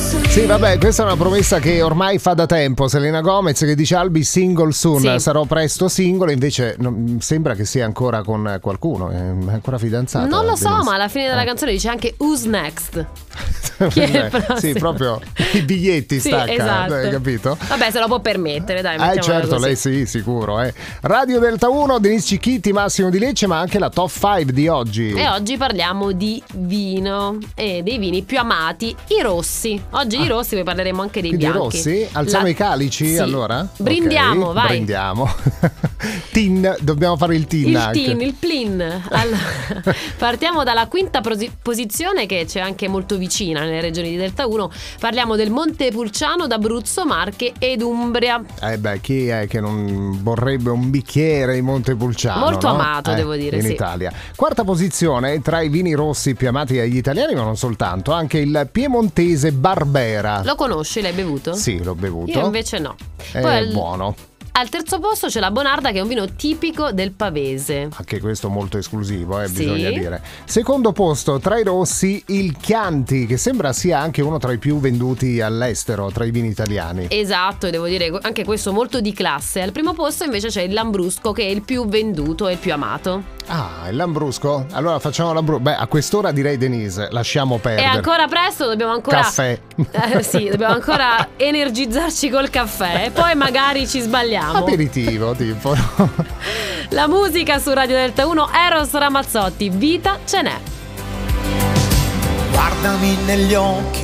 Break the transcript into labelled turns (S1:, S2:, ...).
S1: Sì, vabbè, questa è una promessa che ormai fa da tempo. Selena Gomez che dice Albi single soon,
S2: Sì.
S1: sarò presto single, invece non- sembra che sia ancora con qualcuno, è ancora fidanzata.
S2: Non lo so,
S1: Beyoncé.
S2: ma alla fine della
S1: Eh.
S2: canzone dice anche Who's Next. chi è il
S1: Vabbè, Sì,
S2: prossimo?
S1: proprio i biglietti
S2: Sì,
S1: stacca, eh,
S2: esatto.
S1: hai capito?
S2: Vabbè, se lo può permettere, dai,
S1: Eh
S2: mettiamola
S1: certo,
S2: così.
S1: lei sì, sicuro. eh. Radio Delta 1, Denise Cicchitti, Massimo Di Lecce, ma anche la top 5 di oggi.
S2: E oggi parliamo di vino e dei vini più amati, i rossi. Oggi di rossi, poi parleremo anche dei
S1: Ah. Quindi
S2: bianchi.
S1: rossi, alziamo
S2: La-
S1: i calici
S2: Sì.
S1: allora?
S2: Brindiamo,
S1: Ok,
S2: vai.
S1: Brindiamo. tin, dobbiamo fare il tin
S2: Il
S1: anche.
S2: tin, il plin. Allora, partiamo dalla quinta prosi- posizione che c'è anche molto vicina nelle regioni di Delta 1. Parliamo del Monte Pulciano d'Abruzzo, Marche ed Umbria.
S1: Eh beh, chi è che non vorrebbe un bicchiere in Montepulciano?
S2: Molto
S1: no?
S2: amato,
S1: Eh,
S2: devo dire,
S1: In
S2: sì.
S1: Italia. Quarta posizione tra i vini rossi più amati dagli italiani, ma non soltanto, anche il piemontese Barbera.
S2: Lo conosci? L'hai bevuto?
S1: Sì, l'ho bevuto.
S2: Io invece no.
S1: È
S2: Poi al-
S1: buono,
S2: Al terzo posto c'è la Bonarda che è un vino tipico del Pavese.
S1: anche questo molto esclusivo, eh,
S2: Sì.
S1: bisogna dire. Secondo posto tra i rossi, il Chianti, che sembra sia anche uno tra i più venduti all'estero tra i vini italiani.
S2: Esatto, e devo dire anche questo molto di classe. Al primo posto invece c'è il Lambrusco che è il più venduto e il più amato.
S1: Ah, il Lambrusco? Allora facciamo Lambrusco. Beh, a quest'ora direi Denise, lasciamo
S2: È
S1: perdere.
S2: ancora presto, dobbiamo ancora
S1: Caffè.
S2: Eh, sì, dobbiamo ancora energizzarci col caffè e poi magari ci
S1: Ah,
S2: sbagliamo.
S1: Aperitivo, tipo.
S2: La musica su Radio Delta 1 Eros Ramazzotti, vita ce n'è.
S3: Guardami negli occhi